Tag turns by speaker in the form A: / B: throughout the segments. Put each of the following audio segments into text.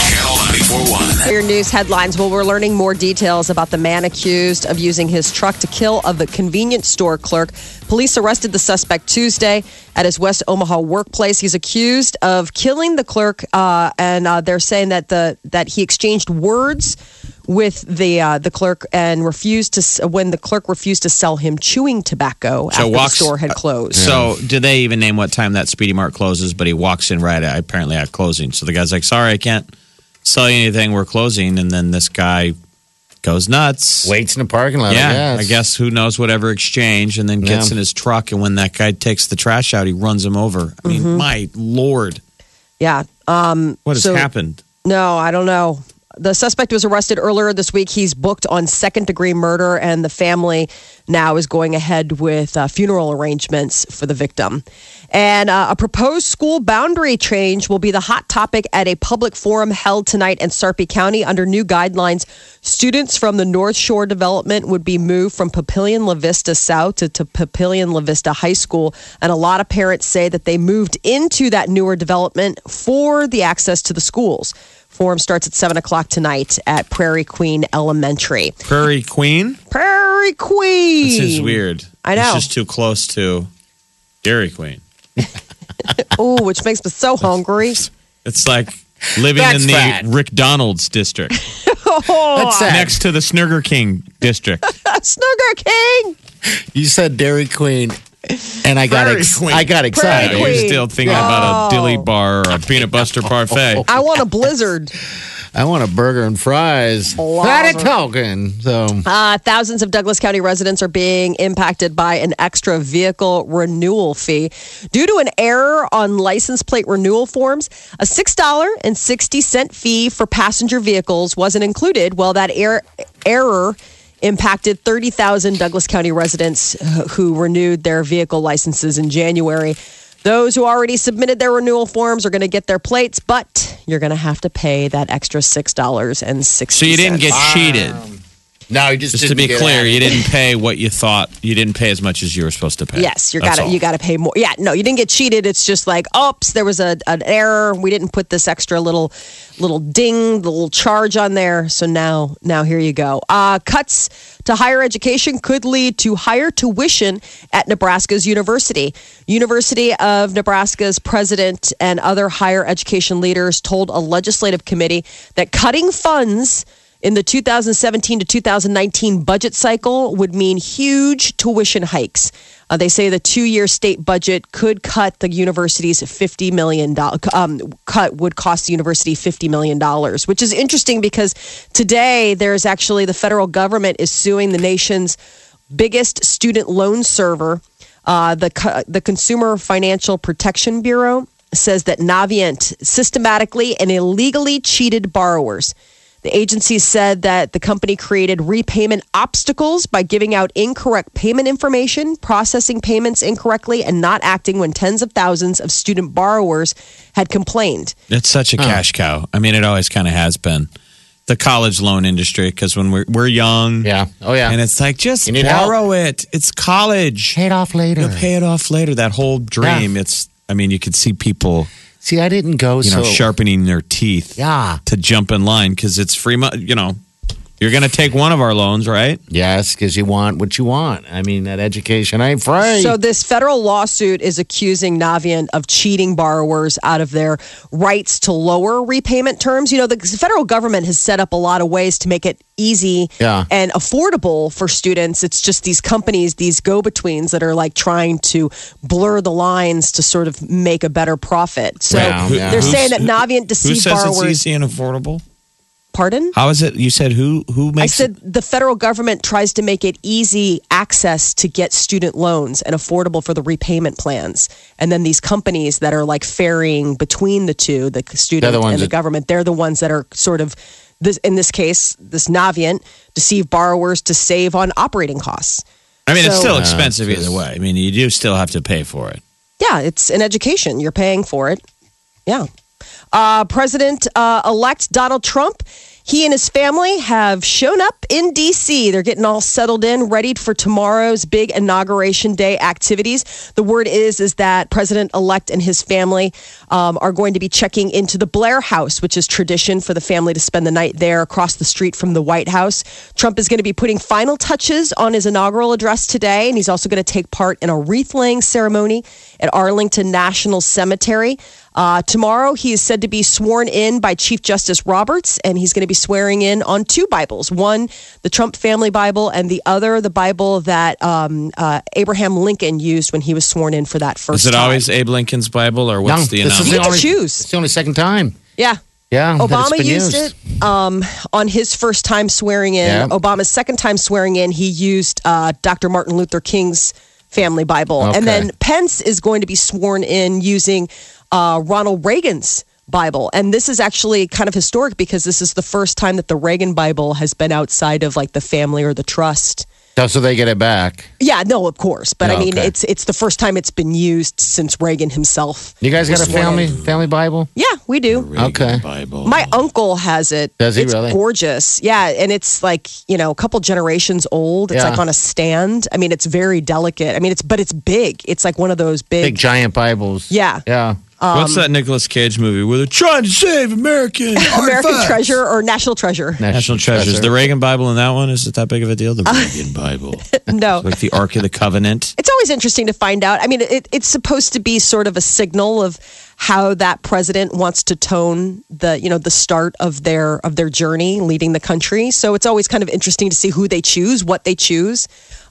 A: Channel 941.
B: For your news headlines, well, we're learning more details about the man accused of using his truck to kill of the convenience store clerk. Police arrested the suspect Tuesday at his West Omaha workplace. He's accused of killing the clerk, uh, and uh, they're saying that the that he exchanged words with the uh, the clerk and refused to s- when the clerk refused to sell him chewing tobacco after the
C: walks-
B: store had closed.
C: So, do they even name what time that Speedy Mart closes? But he walks in right at, apparently at closing. So the guy's like, "Sorry, I can't sell you anything. We're closing." And then this guy goes nuts.
D: Waits in the parking lot.
C: yeah,
D: I guess.
C: I guess who knows whatever exchange, and then gets
D: Yeah.
C: in his truck. And when that guy takes the trash out, he runs him over. I mean, my lord,
B: yeah, um,
C: what has
B: Mm-hmm. So-
C: happened?
B: No, I don't know. The suspect was arrested earlier this week. He's booked on second degree murder, and the family now is going ahead with uh, funeral arrangements for the victim. And uh, a proposed school boundary change will be the hot topic at a public forum held tonight in Sarpy County. Under new guidelines, students from the North Shore development would be moved from Papillion La Vista South to, to Papillion La Vista High School. And a lot of parents say that they moved into that newer development for the access to the schools. Forum starts at 7 o'clock tonight at Prairie Queen Elementary.
C: Prairie Queen.
B: Prairie Queen!
C: This is weird.
B: I know.
C: It's just too close to Dairy Queen.
B: Ooh, which makes me so hungry.
C: It's like living
D: That's
C: in the
D: fat.
C: Rick Donald's district
B: Oh,
D: That's sad.
C: next to the Snurger King district.
B: Snugger King!
D: You said Dairy Queen, and I got
C: Prairie
D: ex-
C: Queen.
D: I got excited.
B: Prairie
C: You're
B: Queen.
C: still thinking about a dilly bar or a peanut buster parfait.
B: I want a blizzard.
D: I want a burger and fries. Not a talking. So
B: Uh, thousands of Douglas County residents are being impacted by an extra vehicle renewal fee due to an error on license plate renewal forms. A six dollar and sixty cent fee for passenger vehicles wasn't included. Well, that er- error impacted 30,000 Douglas County residents uh, who renewed their vehicle licenses in January. Those who already submitted their renewal forms are going to get their plates, but you're going to have to pay that extra six dollars and sixty.
C: So you didn't get cheated.
D: no, you just
C: Just to
D: didn't
C: be
D: get
C: clear,
D: it.
C: you didn't pay what you thought. You didn't pay as much as you were supposed to pay.
B: Yes, you
C: That's
B: got to
C: all.
B: you got to pay more. Yeah, no, you didn't get cheated. It's just like, oops, there was a an error. We didn't put this extra little little ding, little charge on there. So now now here you go. Uh, cuts to higher education could lead to higher tuition at Nebraska's university. University of Nebraska's president and other higher education leaders told a legislative committee that cutting funds in the 2017 to 2019 budget cycle would mean huge tuition hikes. Uh, they say the two-year state budget could cut the university's 50 million dollar um, cut would cost the university 50 million dollars, which is interesting because today there's actually the federal government is suing the nation's biggest student loan server. Uh, the co- the Consumer Financial Protection Bureau says that Navient systematically and illegally cheated borrowers. The agency said that the company created repayment obstacles by giving out incorrect payment information, processing payments incorrectly, and not acting when tens of thousands of student borrowers had complained.
C: It's such a cash cow. I mean, it always kind of has been the college loan industry because when we're we're young,
D: Yeah. Oh yeah.
C: and it's like just
D: You need
C: borrow it. It's college.
D: paid off later.
C: You'll pay it off later. That whole dream.
D: Yeah.
C: It's. I mean, you could see people,
D: See, I didn't go.
C: you
D: so
C: know, sharpening their teeth
D: Yeah.
C: to jump in line because it's free money. You know, you're going to take one of our loans, right?
D: Yes, because you want what you want. I mean, that education ain't free.
B: So this federal lawsuit is accusing Navient of cheating borrowers out of their rights to lower repayment terms. You know, the federal government has set up a lot of ways to make it easy
D: Yeah.
B: and affordable for students. It's just these companies, these go-betweens that are like trying to blur the lines to sort of make a better profit. So
D: Yeah, yeah.
B: they're
D: Who-
B: saying that Navient
C: Who
B: deceived
C: says it's
B: borrowers.
C: easy and affordable?
B: Pardon?
C: How is it? You said who who
B: I
C: makes
B: said the federal government tries to make it easy access to get student loans and affordable for the repayment plans. And then these companies that are like ferrying between the two, the
D: They're
B: student
D: the ones
B: and the
D: that-
B: government, they're the ones that are sort of this in this case, this Navient deceive borrowers to save on operating costs.
C: I mean, it's
B: so-
C: still
D: Uh,
C: expensive
D: it's-
C: either way. I mean, you do still have to pay for it.
B: Yeah, it's an education. You're paying for it. Yeah. Uh, President uh, elect Donald Trump, he and his family have shown up in D.C. They're getting all settled in, ready for tomorrow's big inauguration day activities. The word is is that President elect and his family um, are going to be checking into the Blair House, which is tradition for the family to spend the night there across the street from the White House. Trump is going to be putting final touches on his inaugural address today, and he's also going to take part in a wreath laying ceremony at Arlington National Cemetery. Uh, tomorrow, he is said to be sworn in by Chief Justice Roberts, and he's going to be swearing in on two Bibles one, the Trump family Bible, and the other, the Bible that um, uh, Abraham Lincoln used when he was sworn in for that first
C: Is it
B: time.
C: always Abe Lincoln's Bible or what's the
D: this is the
C: announcement?
B: You get to
D: only,
B: choose.
D: It's the only second time.
B: Yeah.
D: Yeah, Mm-hmm. that it's
B: Obama
D: been
B: used, it um, on his first time swearing in.
D: Yeah.
B: Obama's second time swearing in, he used uh, Dr. Martin Luther King's family Bible.
D: Okay.
B: And then Pence is going to be sworn in using uh, Ronald Reagan's Bible. And this is actually kind of historic because this is the first time that the Reagan Bible has been outside of like the family or the trust.
D: Oh, so they get it back.
B: Yeah, no, of course, but I
D: Oh,
B: mean,
D: okay.
B: it's it's the first time it's been used since Reagan himself.
D: You guys got a family family Bible?
B: Yeah, we do.
D: Okay.
C: Bible.
B: My uncle has it.
D: Does he
B: it's
D: really?
B: Gorgeous, yeah, and it's like you know a couple generations old. It's
D: Yeah.
B: like on a stand. I mean, it's very delicate. I mean, it's but it's big. It's like one of those big.
D: Big giant Bibles.
B: Yeah.
D: Yeah.
C: What's that Nicolas Cage movie where they're trying to save American
B: um, American
C: artifacts?
B: Treasure or National Treasure?
C: National Treasures. The Reagan Bible in that one is it that big of a deal? The Reagan Bible,
B: No,
C: like the Ark of the Covenant.
B: it's always interesting to find out. I mean, it, it's supposed to be sort of a signal of how that president wants to tone the you know the start of their of their journey leading the country. So it's always kind of interesting to see who they choose, what they choose.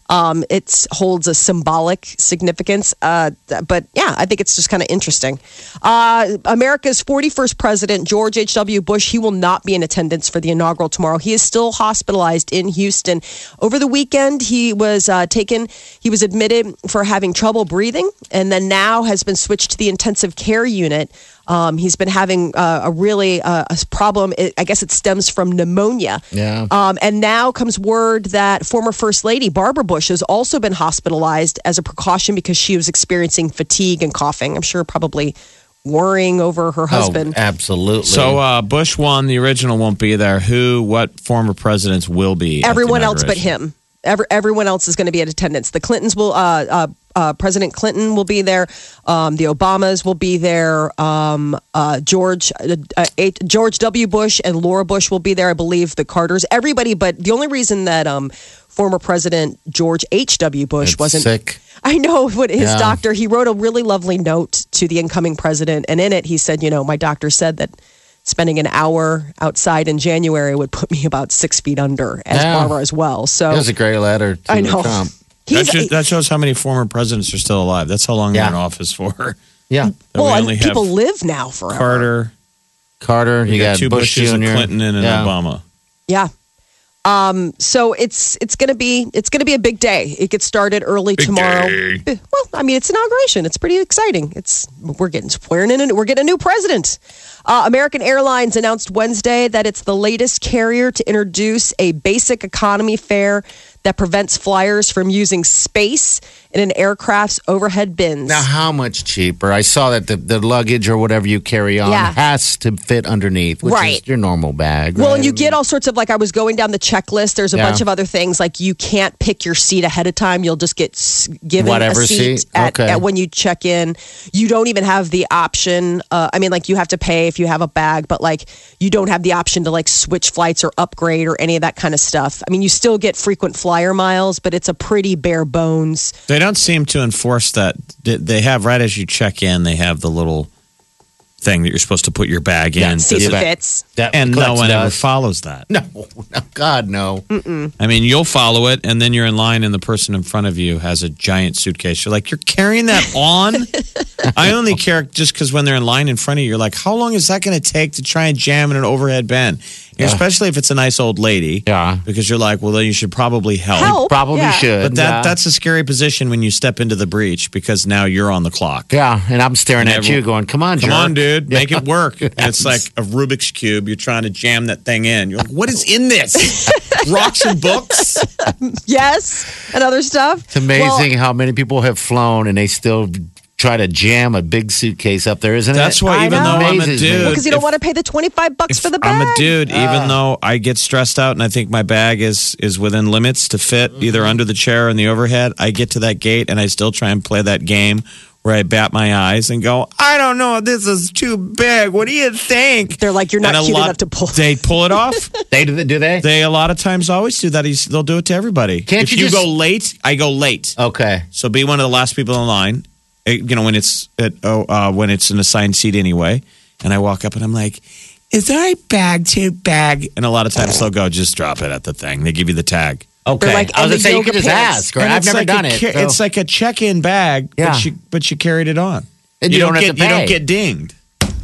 B: Um, it holds a symbolic significance, uh, th- but yeah, I think it's just kind of interesting. Uh, America's 41st president, George H.W. Bush, he will not be in attendance for the inaugural tomorrow. He is still hospitalized in Houston. Over the weekend, he was uh, taken, he was admitted for having trouble breathing, and then now has been switched to the intensive care unit. Um, he's been having uh, a really uh, a problem. It, I guess it stems from pneumonia.
D: Yeah.
B: Um, and now comes word that former First Lady Barbara Bush has also been hospitalized as a precaution because she was experiencing fatigue and coughing. I'm sure probably worrying over her husband.
D: Oh, absolutely.
C: So uh, Bush one, the original won't be there. Who, what former presidents will be? at the
B: everyone else but
C: inauguration?
B: him. Every, everyone else is going to be in attendance. The Clintons will, uh, uh, uh, President Clinton will be there. Um, the Obamas will be there. Um, uh, George uh, uh, H- George W. Bush and Laura Bush will be there. I believe the Carters. Everybody, but the only reason that um, former President George H. W. Bush
D: It's
B: wasn't
D: sick.
B: I know what his
D: Yeah.
B: doctor, he wrote a really lovely note to the incoming president. And in it, he said, You know, my doctor said that spending an hour outside in January would put me about six feet under, as
D: Yeah.
B: Barbara as well. So
D: That was a great letter to
B: I know.
D: Trump.
C: That,
B: He's-
C: shows, that shows how many former presidents are still alive. That's how long
D: Yeah.
C: they're in office for. That
D: Yeah.
B: well,
C: we
B: and
C: only
B: people
C: have
B: live now forever.
C: Carter.
D: Carter, you,
C: You got
D: got,
C: two
D: Bush
C: Bushes,
D: Jr.
C: a Clinton, and an
D: Yeah.
C: Obama.
B: Yeah. Um, so it's it's gonna be it's gonna be a big day. It gets started early tomorrow. B- Well, I mean it's inauguration. It's pretty exciting. It's we're getting we're in a, we're getting a new president. Uh, American Airlines announced Wednesday that it's the latest carrier to introduce a basic economy fare that prevents flyers from using space in an aircraft's overhead bins.
D: Now, how much cheaper? I saw that the, the luggage or whatever you carry on
B: Yeah.
D: has to fit underneath, which
B: Right.
D: is your normal bag.
B: Well,
D: right?
B: and you get all sorts of like I was going down the checklist. There's a
D: Yeah.
B: bunch of other things like you can't pick your seat ahead of time. You'll just get s- given
D: Whatever
B: a seat,
D: seat?
B: At,
D: Okay.
B: at when you check in. You don't even have the option. Uh, I mean, like you have to pay if you have a bag, but like you don't have the option to like switch flights or upgrade or any of that kind of stuff. I mean, you still get frequent flyer miles, but it's a pretty bare bones.
C: They don't seem to enforce that. They- They have right as you check in, they have the little thing that you're supposed to put your bag in.
B: seats
C: Does
B: and
C: it-
B: fits.
D: That
C: and no
D: collects
C: one ever
D: dust.
C: follows that.
D: No, no, God, no.
B: Mm.
C: I mean, you'll follow it, and then you're in line, and the person in front of you has a giant suitcase. You're like, you're carrying that on? I only care just because when they're in line in front of you, you're like, how long is that going to take to try and jam in an overhead bin? And Especially if it's a nice old lady.
D: Yeah.
C: Because you're like, well, then you should probably help.
B: Help.
D: Probably
B: Oh, Yeah.
D: should.
C: But that
D: yeah.
C: that's a scary position when you step into the breach because now you're on the clock.
D: Yeah, and I'm staring at
C: Never-
D: you, going, "Come on,
C: Come
D: jerk."
C: on, dude, make it work. And it's like a Rubik's cube. You're trying to jam that thing in. You're like, what is in this? Rocks and books.
B: Yes, and other stuff.
D: It's amazing how many people have flown and they still try to jam a big suitcase up there, isn't
C: That's
D: it?
C: why,
B: I know.
C: even though I'm a
D: Amazes me.
C: dude,
D: Well,
B: because you don't
C: if-
B: want to pay the twenty five bucks
C: if
B: for the bag.
C: I'm a dude, even though I get stressed out and I think my bag is is within limits to fit either under the chair or in the overhead. I get to that gate and I still try and play that game where I bat my eyes and go, I don't know, this is too big. What do you think?
B: They're like, "You're not
C: And a
B: cute
C: lot-
B: enough to pull."
C: They pull it off.
D: They do, do they?
C: they a lot of times always do that. He's, they'll do it to everybody.
D: Can't
C: if
D: you
C: you
D: just-
C: go late, I go late.
D: okay.
C: So be one of the last people in line. eh, You know when it's at, oh, uh, when it's an assigned seat anyway. And I walk up and I'm like, "Is there a bag to bag?" And a lot of times they'll go, "Just drop it at the thing." They give you the tag.
D: Okay.
B: like,
D: I was gonna
B: and the
D: say you
B: yoga
D: could just
B: pants.
D: ask, right?
C: And
D: I've
C: it's
D: never
C: like a
D: done it.
C: ca-
D: so-
C: It's like a check-in bag,
D: Yeah.
C: but you but you carried it on.
D: And you don't
C: get
D: have to
C: you don't
D: pay.
C: get dinged.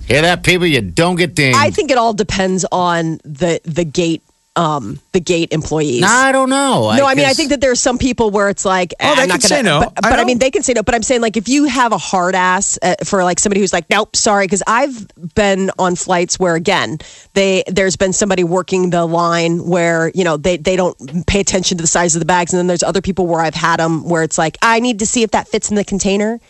D: hear that, people? You don't get dinged.
B: I think it all depends on the the gate um the gate employees.
D: Nah, I don't know.
B: no, I mean I think that there are some people where it's like, eh,
C: Oh, they
B: I'm not
C: can say
B: gonna-
C: no.
B: But,
C: I
B: but I,
C: don't-
B: mean, they can say no. But I'm saying like if you have a hard ass uh, for like somebody who's like, nope, sorry, because I've been on flights where again they there's been somebody working the line where you know they they don't pay attention to the size of the bags, and then there's other people where I've had them where it's like I need to see if that fits in the container.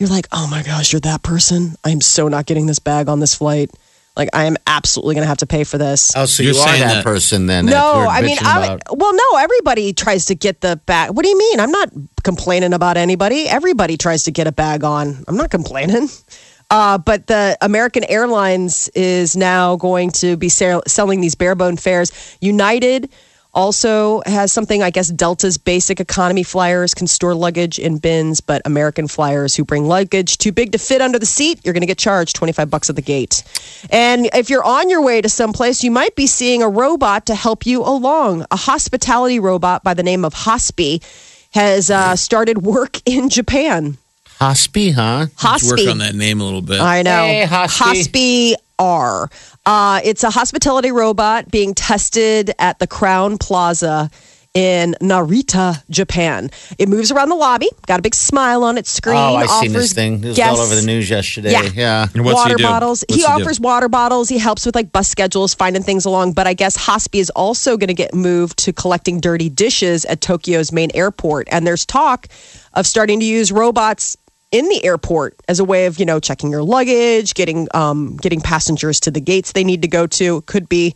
B: You're like, oh my gosh, you're that person. I'm so not getting this bag on this flight. Like I am absolutely gonna have to pay for this.
D: Oh, so
C: You're
D: you are
C: saying
D: that,
C: that-
D: person then? that
B: No,
D: we're
B: I mean,
D: bitching
B: I'm,
D: about.
B: well, no, everybody tries to get the bag. What do you mean? I'm not complaining about anybody. Everybody tries to get a bag on. I'm not complaining. Uh, but the American Airlines is now going to be sell- selling these barebone fares. United also has something, I guess, Delta's basic economy flyers can store luggage in bins, but American flyers who bring luggage too big to fit under the seat, you're going to get charged 25 bucks at the gate. And if you're on your way to someplace, you might be seeing a robot to help you along. A hospitality robot by the name of Hospi has uh, started work in Japan.
D: Hospi, huh?
C: Let's
B: Hospi.
C: work on that name a little bit.
B: I know.
D: Hey,
B: Hospi.
D: Hospi.
B: R. Uh, it's a hospitality robot being tested at the Crown Plaza in Narita, Japan. It moves around the lobby, got a big smile on its screen.
D: Oh, I seen
B: offers
D: this thing. It was all
B: guests-
D: over the news yesterday.
B: Yeah.
D: yeah.
C: And what's
B: water
C: he do?
B: bottles.
C: What's
B: he
C: do?
B: offers water bottles. He helps with like bus schedules, finding things along. But I guess Hospi is also going to get moved to collecting dirty dishes at Tokyo's main airport. And there's talk of starting to use robots in the airport as a way of you know checking your luggage, getting um, getting passengers to the gates they need to go to. Could be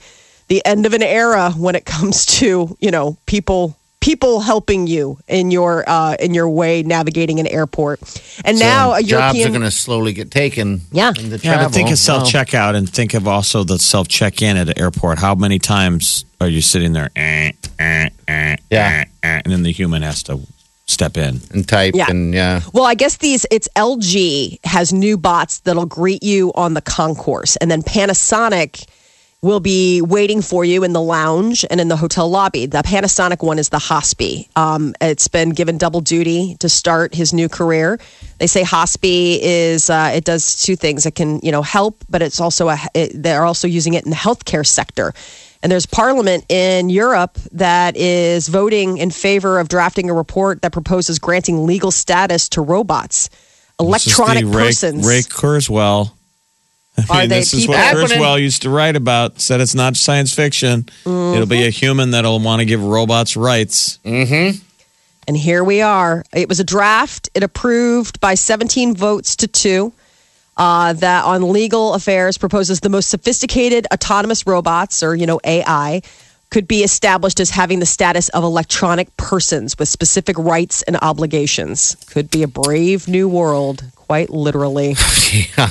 B: the end of an era when it comes to you know people. People helping you in your uh, in your way navigating an airport, and now a
D: So jobs
B: European
D: are going to slowly get taken.
B: Yeah.
D: in the
C: Yeah,
D: travel.
C: but think of
D: Wow.
C: self checkout and think of also the self check in at an airport. How many times are you sitting there? eh, eh, eh,
D: Yeah.
C: eh, eh, and then the human has to step in.
D: and type
B: Yeah.
D: and yeah.
B: Well, I guess these it's LG has new bots that'll greet you on the concourse and then Panasonic will be waiting for you in the lounge and in the hotel lobby. The Panasonic one is the Hospi. Um, it's been given double duty to start his new career. They say Hospi is uh, it does two things. It can, you know, help, but it's also a it, they're also using it in the healthcare sector. And there's parliament in Europe that is voting in favor of drafting a report that proposes granting legal status to robots, electronic
C: This is the
B: persons.
C: Ray, Ray Kurzweil. I
B: Are
C: mean,
B: they
C: this is
B: people-
C: what
D: Happening.
C: Kurzweil used to write about. Said it's not science fiction. It'll be a human that'll want to give robots rights.
B: And here we are. It was a draft. It approved by 17 votes to two. Uh, that on legal affairs proposes the most sophisticated autonomous robots, or you know AI, could be established as having the status of electronic persons with specific rights and obligations. Could be a brave new world, quite literally.
D: yeah,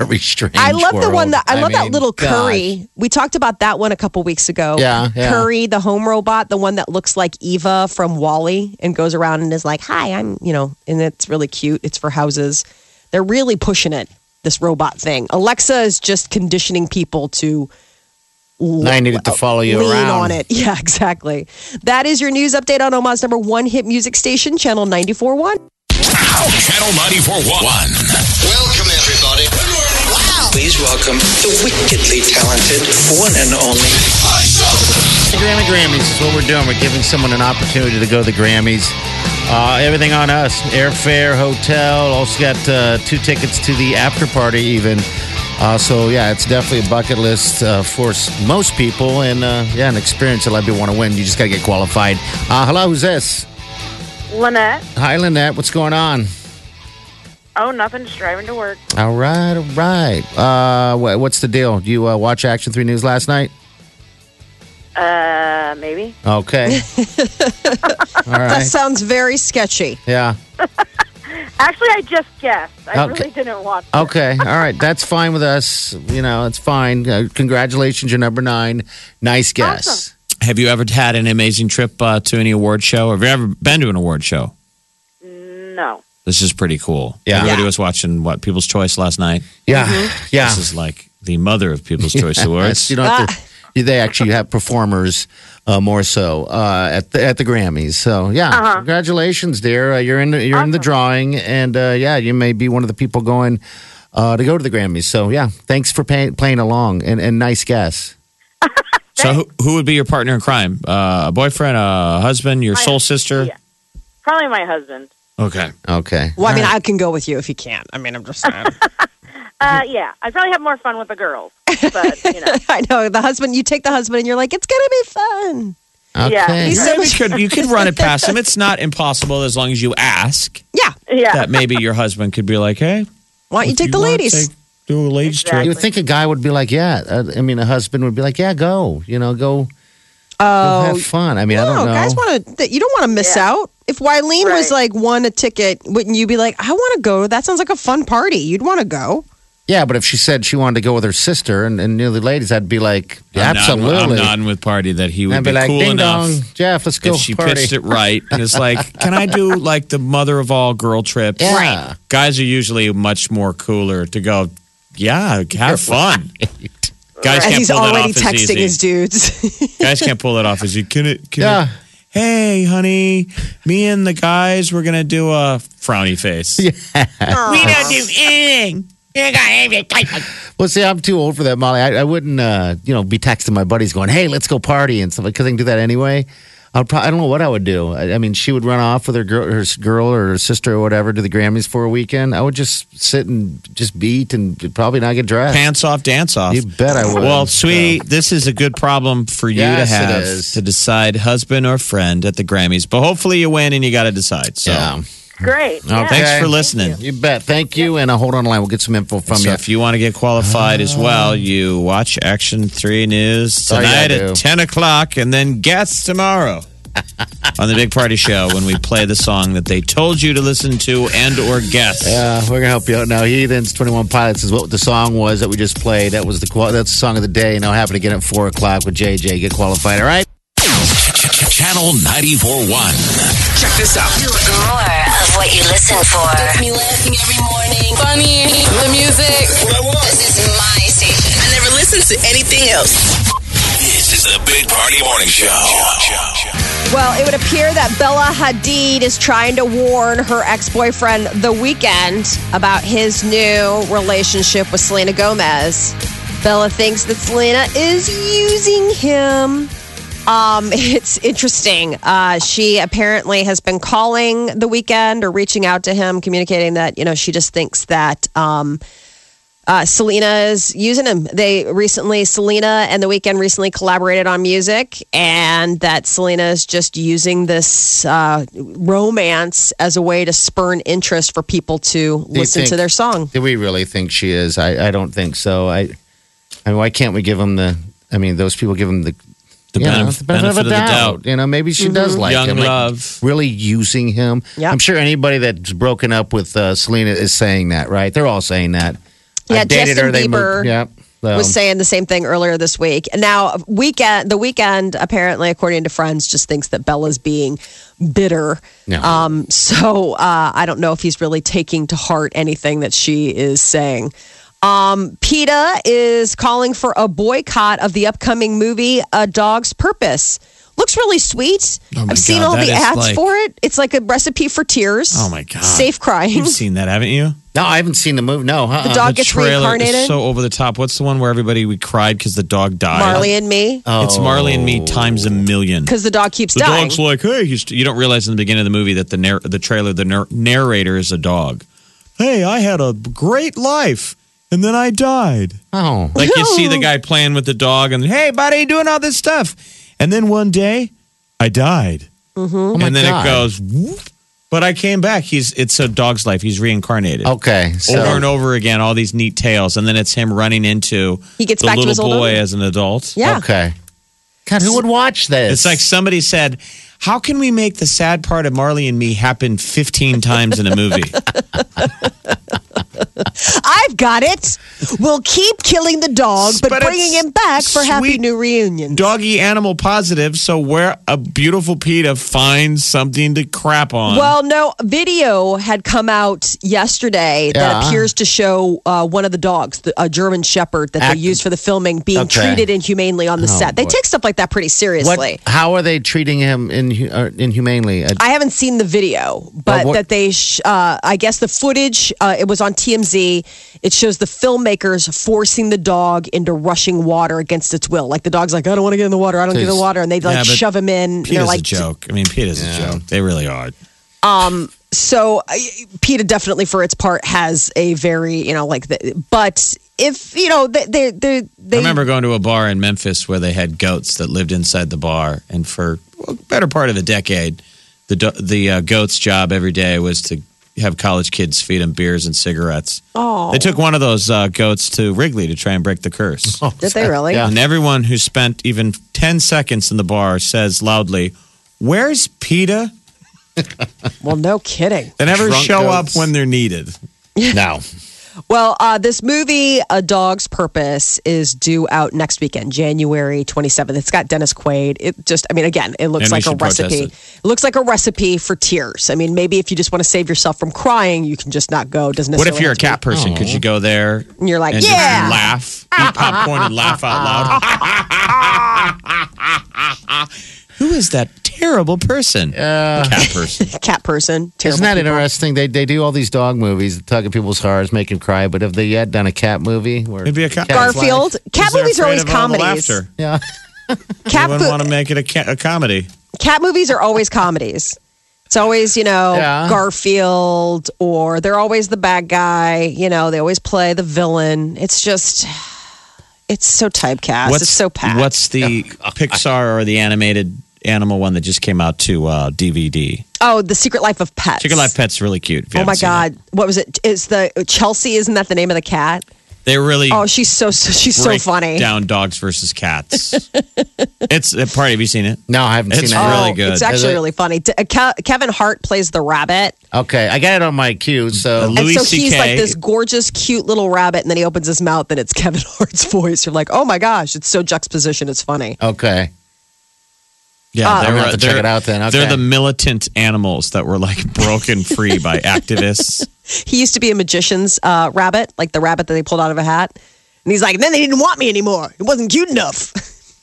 D: very strange.
B: I love the one
D: world.
B: that I, love that
D: mean,
B: little
D: gosh.
B: Curry. We talked about that one a couple weeks ago.
D: Yeah, yeah.
B: Curry, the home robot, the one that looks like Eva from Wally and goes around and is like, "Hi, I'm," you know, and it's really cute. It's for houses. They're really pushing it. This robot thing. Alexa is just conditioning people to
D: And I needed to follow you
B: lean
D: around
B: on it. Yeah, exactly. That is your news update on Omaha's number one hit music station, Channel 94.1.
A: Channel 941.
E: Welcome, everybody. Please welcome the wickedly talented one and only.
D: The Grammy Grammys is what we're doing. We're giving someone an opportunity to go to the Grammys. Uh, everything on us airfare, hotel. Also got uh, two tickets to the after party, even. Uh, so, yeah, it's definitely a bucket list uh, for s- most people. And, uh, yeah, an experience that a lot of people want to win. You just got to get qualified. Uh, hello, who's this?
F: Lynette.
D: Hi, Lynette. What's going on?
F: Oh, nothing. Just driving to work.
D: All right, all right. Uh, wha- what's the deal? Do you uh, watch Action 3 News last night?
F: Uh, maybe.
D: Okay. all
B: That
D: right.
B: sounds very sketchy.
D: Yeah.
F: Actually, I just guessed. I
D: Okay.
F: really didn't watch. it.
D: Okay. All right. That's fine with us. You know, it's fine. Uh, congratulations. You're number nine. Nice guess.
F: Awesome.
C: Have you ever had an amazing trip uh, to any award show? Have you ever been to an award show?
F: No.
C: This is pretty cool.
D: Yeah.
C: Everybody was watching, what, People's Choice last night?
D: Yeah. Yeah.
C: This is like the mother of People's Choice
D: That's-
C: Awards.
D: you don't have to-
B: Ah.
D: they actually have performers uh, more so uh, at the at the Grammys. So yeah,
B: Uh-huh.
D: congratulations, dear. Uh, you're in the, you're in the drawing, and uh, yeah, you may be one of the people going uh, to go to the Grammys. So yeah, thanks for pay- playing along, and, and nice guess.
C: so, who, who would be your partner in crime? Uh, a boyfriend, a husband, your soul sister?
F: yeah. Probably my husband.
C: Okay.
D: Okay.
B: Well, I mean, I can go with you if you can't. I mean, I'm just saying.
F: Uh, yeah. I'd probably have more fun with the girls. But, you know.
B: I know the husband. You take the husband, and you're like, it's gonna be fun.
F: yeah.
D: Okay.
B: He's-
C: Yeah, you could you could run it past him. It's not impossible as long as you ask.
B: Yeah.
F: Yeah.
C: That maybe your husband could be like, "Hey,
B: Why don't you
C: if
B: take the
C: want,
B: ladies?
C: take- do a ladies
D: You
C: trip."
D: would think a guy would be like, yeah. uh, I mean, a husband would be like, yeah, go. You know, go. go
B: Oh,
D: have fun. I mean, I
B: no,
D: don't know.
B: guys want to. You don't want to miss
F: Yeah.
B: out. If Wileen was like won a ticket, wouldn't you be like, I want to go? That sounds like a fun party. You'd want to go.
D: yeah, but if she said she wanted to go with her sister and, and knew the ladies, I'd be like,
C: I'm nodding-
D: absolutely.
C: I'm nodding with party that he would
D: I'd be,
C: be,
D: like,
C: cool
D: ding
C: enough
D: dong, Jeff, let's go
C: if she
D: party.
C: pitched it right. And it's like, "Can I do like the mother of all girl trips?"
D: Yeah. Right.
C: Guys are usually much more cooler to go. Yeah, have fun. Guys
B: And
C: can't
B: he's
C: pull that
B: already
C: off as
B: texting
C: easy.
B: his dudes.
C: Guys can't pull that off as you can. It, can
D: Yeah.
C: it- Hey, honey, me and the guys, we're gonna do a frowny face. We don't do anything.
D: Well, see, I'm too old for that, Molly. I, I wouldn't, uh, you know, be texting my buddies going, "Hey, let's go party" and stuff because I can do that anyway. I'll probably, I don't know what I would do. I, I mean, she would run off with her girl, her s- girl or her sister or whatever to the Grammys for a weekend. I would just sit and just beat and probably not get dressed.
C: Pants off, dance off.
D: You bet I would.
C: Well, sweetie, this is a good problem for you
D: Yes,
C: to
D: it
C: have
D: is.
C: to decide husband or friend at the Grammys. But hopefully you win and you got to decide. So
D: Yeah.
F: Great. Yeah.
D: Okay.
C: thanks for listening.
D: You bet. Thank you, and uh, hold on a line. We'll get some info from
C: so
D: you.
C: if you want to get qualified as well, you watch Action 3 News
D: Oh, yeah, I
C: tonight
D: do.
C: at 10 o'clock and then guess tomorrow on the Big Party Show when we play the song that they told you to listen to and or guess.
D: Uh, we're gonna help you out now. Heathens, Twenty One Pilots is what the song was that we just played. That was the qual- that's the song of the day, and I'll happen to get at four o'clock with JJ. Get qualified, all right?
A: Channel 941.
G: Check this out.
H: More of what you listen for.
G: Gets me laughing every morning. Funny. The music.
E: What I want.
G: This is my station. I never listen to anything else.
A: This is the Big Party Morning Show.
B: well, it would appear that Bella Hadid is trying to warn her ex boyfriend The Weekend about his new relationship with Selena Gomez. Bella thinks that Selena is using him. Um, it's interesting. Uh, she apparently has been calling the weekend or reaching out to him, communicating that you know she just thinks that um, uh, Selena is using him. They recently, Selena and the weekend recently collaborated on music, and that Selena is just using this uh, romance as a way to spurn interest for people to
D: you
B: listen to
D: think-
B: their song.
D: Do we really think she is? I, I don't think so. I, I mean, why can't we give him the? I mean, those people give him the
C: The
D: you know,
C: benef-
D: the benefit, of the doubt. You know, maybe she does like
C: Young
D: him, like,
C: love.
D: really using him.
B: Yeah.
D: I'm sure anybody that's broken up with uh, Selena is saying that, right? They're all saying that.
B: Yeah,
D: I dated
B: Justin
D: her. They
B: Bieber
D: moved. Um, Yeah. So-
B: was saying the same thing earlier this week. Now, weekend the weekend apparently, according to friends, just thinks that Bella's being bitter.
D: No.
B: Um, so uh, I don't know if he's really taking to heart anything that she is saying. Um, PETA is calling for a boycott of the upcoming movie A Dog's Purpose. Looks really sweet.
C: Oh, my
B: I've seen
C: God,
B: all
C: that
B: the
C: is
B: ads
C: like-
B: for it. It's like a recipe for tears.
C: Oh my God.
B: Safe crying.
C: You've seen that, haven't you?
D: No, I haven't seen the movie. No, uh-uh.
B: The dog
C: the
B: gets
C: trailer
B: reincarnated.
C: is so over the top. What's the one where everybody we cried because the dog died?
B: Marley and me,
D: Oh.
C: It's Marley and me times a million.
B: because the dog keeps
C: The
B: dying.
C: dog's like, hey, he's, you don't realize in the beginning of the movie that the narr- the trailer, the nar- narrator is a dog. Hey, I had a great life, and then I died.
D: Oh,
C: Like you see the guy playing with the dog, and hey, buddy, doing all this stuff, and then one day, I died,
B: Mm-hmm.
D: oh my
C: and then
D: God.
C: it goes, whoop, but I came back. He's it's a dog's life. He's
D: Oh,
C: reincarnated.
D: Okay, so
C: Over and over again, all these neat tales, and then it's him running into
B: He gets
C: the
B: back to
C: little
B: his old
C: boy
B: owner.
C: as an adult.
B: yeah.
D: okay. God, who would watch this?
C: It's like somebody said, How can we make the sad part of Marley and me happen 15 times in a movie?
B: I've got it. We'll keep killing the dog, but,
C: But
B: bringing
C: it's
B: him back for happy
C: sweet.
B: new reunion.
C: Doggy animal positive, so where a beautiful PETA finds something to crap on.
B: Well, no, video had come out yesterday that
D: Yeah.
B: appears to show uh, one of the dogs, the, a German Shepherd that
D: Act-
B: they used for the filming, being
D: Okay. Oh,
B: treated inhumanely on the set. They
D: boy.
B: take stuff like that pretty seriously.
D: what? How are they treating him in, uh, inhumanely? Uh,
B: I haven't seen the video, but
D: Well, what-
B: that they, sh- uh, I guess the footage, uh, it was on TMZ. It shows the filmmakers forcing the dog into rushing water against its will. Like the dog's like, I don't want to get in the water. I don't get in the
D: Please.
B: water. And they like
C: Yeah, but
B: shove him in. and They're
C: PETA's
B: like,
C: a joke. I mean, PETA's a joke. They really are.
B: um, so I- PETA definitely for its part has a very you know like the, but if you know they they they, they
C: I remember going to a bar in Memphis where they had goats that lived inside the bar, and for a better part of a decade, the do- the uh, goats' job every day was to have college kids feed them beers and cigarettes. Oh, they took one of those uh, goats to Wrigley to try and break the curse.
B: did they really
D: Yeah.
C: And everyone who spent even 10 seconds in the bar says loudly, Where's PETA?
B: well no kidding
C: They never
D: Drunk
C: show
D: goats.
C: up when they're needed.
D: no,
B: well uh, this movie A Dog's Purpose is due out next weekend January 27th it's got Dennis Quaid it just I mean again it looks
C: And we
B: like a
C: should protest
B: recipe
C: it.
B: it looks like a recipe for tears I mean maybe if you just want to save yourself from crying you can just not go doesn't
C: What if
B: necessarily
C: you're a
B: have to be-
C: cat person? Could you go there
B: And you're like,
C: and just
B: "Yeah."
C: laugh, eat popcorn, and laugh out loud? Who is that terrible person? cat person.
B: cat person terrible
D: isn't that
B: people.
D: interesting? They they do all these dog movies that tug at people's hearts, make them cry. But have they yet done a cat movie? Where
C: It'd be a cat-
D: cat's life-
B: Garfield cat
C: Because they're
B: movies are
C: afraid
B: always
C: of all the
B: comedies
C: laughter.
D: Yeah.
B: cat
C: They wouldn't
B: fo-
C: want to make it a, ca- a comedy.
B: cat movies are always comedies. It's always, you know,
D: Yeah.
B: Garfield or they're always the bad guy, you know, they always play the villain. It's just it's so typecast. it's so packed.
C: What's the Pixar or the animated animal one that just came out to uh, DVD?
B: oh, The Secret Life of Pets.
C: Chicken Life Pet's really cute. if you
B: Oh my
C: haven't seen it.
B: god. What was it? Is the Chelsea, isn't that the name of the cat?
C: They really
B: Oh, she's so, so she's so
C: break
B: funny.
C: down dogs versus cats. it's a party. Have you seen it?
D: No, I haven't
C: It's
D: seen
B: Oh,
D: that.
C: really good.
B: It's
C: Is
B: actually
D: it?
B: really funny. D- uh, Ke- Kevin Hart plays the rabbit.
D: Okay, I got it on my queue. So
C: Louis
B: and so he's
C: CK.
B: like this gorgeous, cute little rabbit, and then he opens his mouth, and it's Kevin Hart's voice. You're like, oh my gosh, it's so juxtaposition, it's funny.
D: okay,
C: Yeah,
B: Uh,
D: I'm gonna have to check it out then.
C: They're
D: Okay.
C: the militant animals that were like broken free by activists.
B: He used to be a magician's uh, rabbit, like the rabbit that they pulled out of a hat, and he's like, and then they didn't want me anymore. It wasn't cute enough.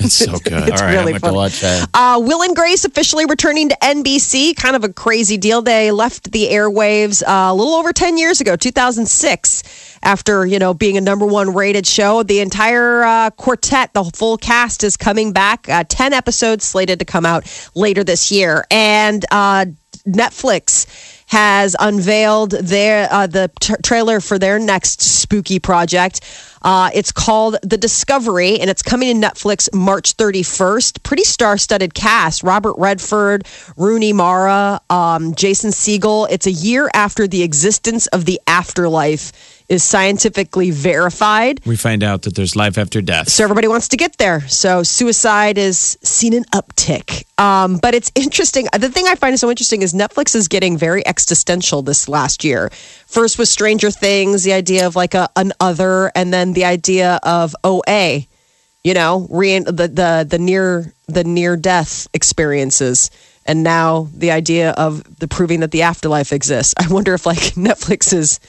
C: It's so good.
D: all right,
B: really
D: I'm going
B: funny.
D: to watch that.
B: Uh, Will and Grace officially returning to NBC. Kind of a crazy deal. They left the airwaves uh, a little over 10 years ago, 2006, after, you know, being a number one rated show. The entire uh, quartet, the full cast is coming back. Uh, 10 episodes slated to come out later this year. And uh, Netflix has unveiled their uh, the t- trailer for their next spooky project. Uh, it's called The Discovery, and it's coming to Netflix March 31st. Pretty star-studded cast: Robert Redford, Rooney Mara, um, Jason Segel. It's a year after the existence of the afterlife is scientifically verified.
C: We find out that there's life after death.
B: So everybody wants to get there. So suicide is seen an uptick. Um, but it's interesting. The thing I find so interesting is Netflix is getting very existential this last year. First was Stranger Things, the idea of like a, an other, and then the idea of OA. You know, re- the the the near the near death experiences. And now the idea of the proving that the afterlife exists. I wonder if like Netflix is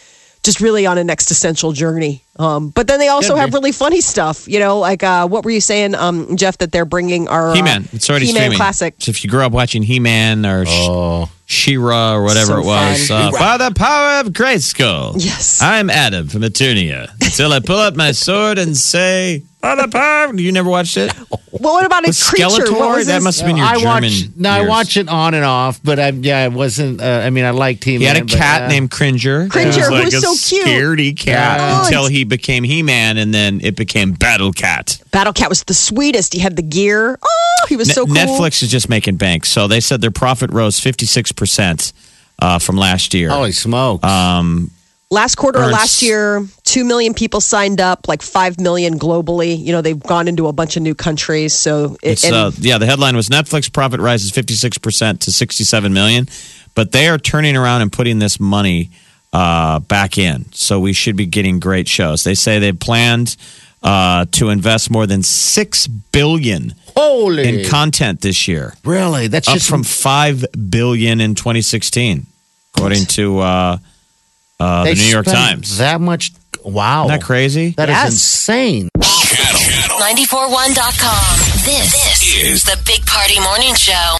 B: just really on an existential journey. Um, but then they also
D: Could
B: have
D: be.
B: really funny stuff, you know, like uh, what were you saying, um, Jeff, that they're bringing our uh,
C: He Man. It's already
B: He-Man
C: streaming.
B: classic.
C: So if you grew up watching He Man or
D: Oh.
C: She Ra or whatever
B: So
C: it was,
B: fun.
C: uh, by the power of Grayskull,
B: Yes.
C: I'm Adam from Eternia. Until I pull out my sword and say, by the power. You never watched it?
B: Well, what about a
C: With
B: creature? What
C: Skeletor?
B: was
C: That
B: his-
C: must have been your
D: I
C: German.
D: watch. No, I
C: years.
D: watch it on and off, but I yeah, I wasn't. Uh, I mean, I liked He-Man.
C: He had a
D: but,
C: cat
D: uh,
C: named Cringer.
B: Cringer,
C: It
B: who's so cute.
C: Scaredy cat
D: Yeah.
C: until he became He Man, and then it became Battle Cat.
B: Battle Cat was the sweetest. He had the gear. Oh, he was
C: Ne-
B: so cool.
C: Netflix is just making bank. So they said their profit rose 56% uh, from last year. Um,
D: Holy smokes!
C: Uh,
B: last quarter of
C: Earned
B: last
C: s-
B: year, 2 million people signed up, like 5 million globally. You know, they've gone into a bunch of new countries. So, it,
C: It's,
B: and
C: uh, yeah, the headline was Netflix profit rises 56% to 67 million, but they are turning around and putting this money uh, back in. So we should be getting great shows. They say they've planned uh, to invest more than 6 billion
D: Holy,
C: in content this year,
D: really? That's
C: up
D: just
C: from 5 billion in 2016, according to uh, uh, the
D: they
C: New York
D: spend
C: Times.
D: That much? Wow,
C: Isn't that crazy?
D: That is
B: Yes.
D: insane.
A: Channel
H: 941.com. This, this is the Big Party Morning Show.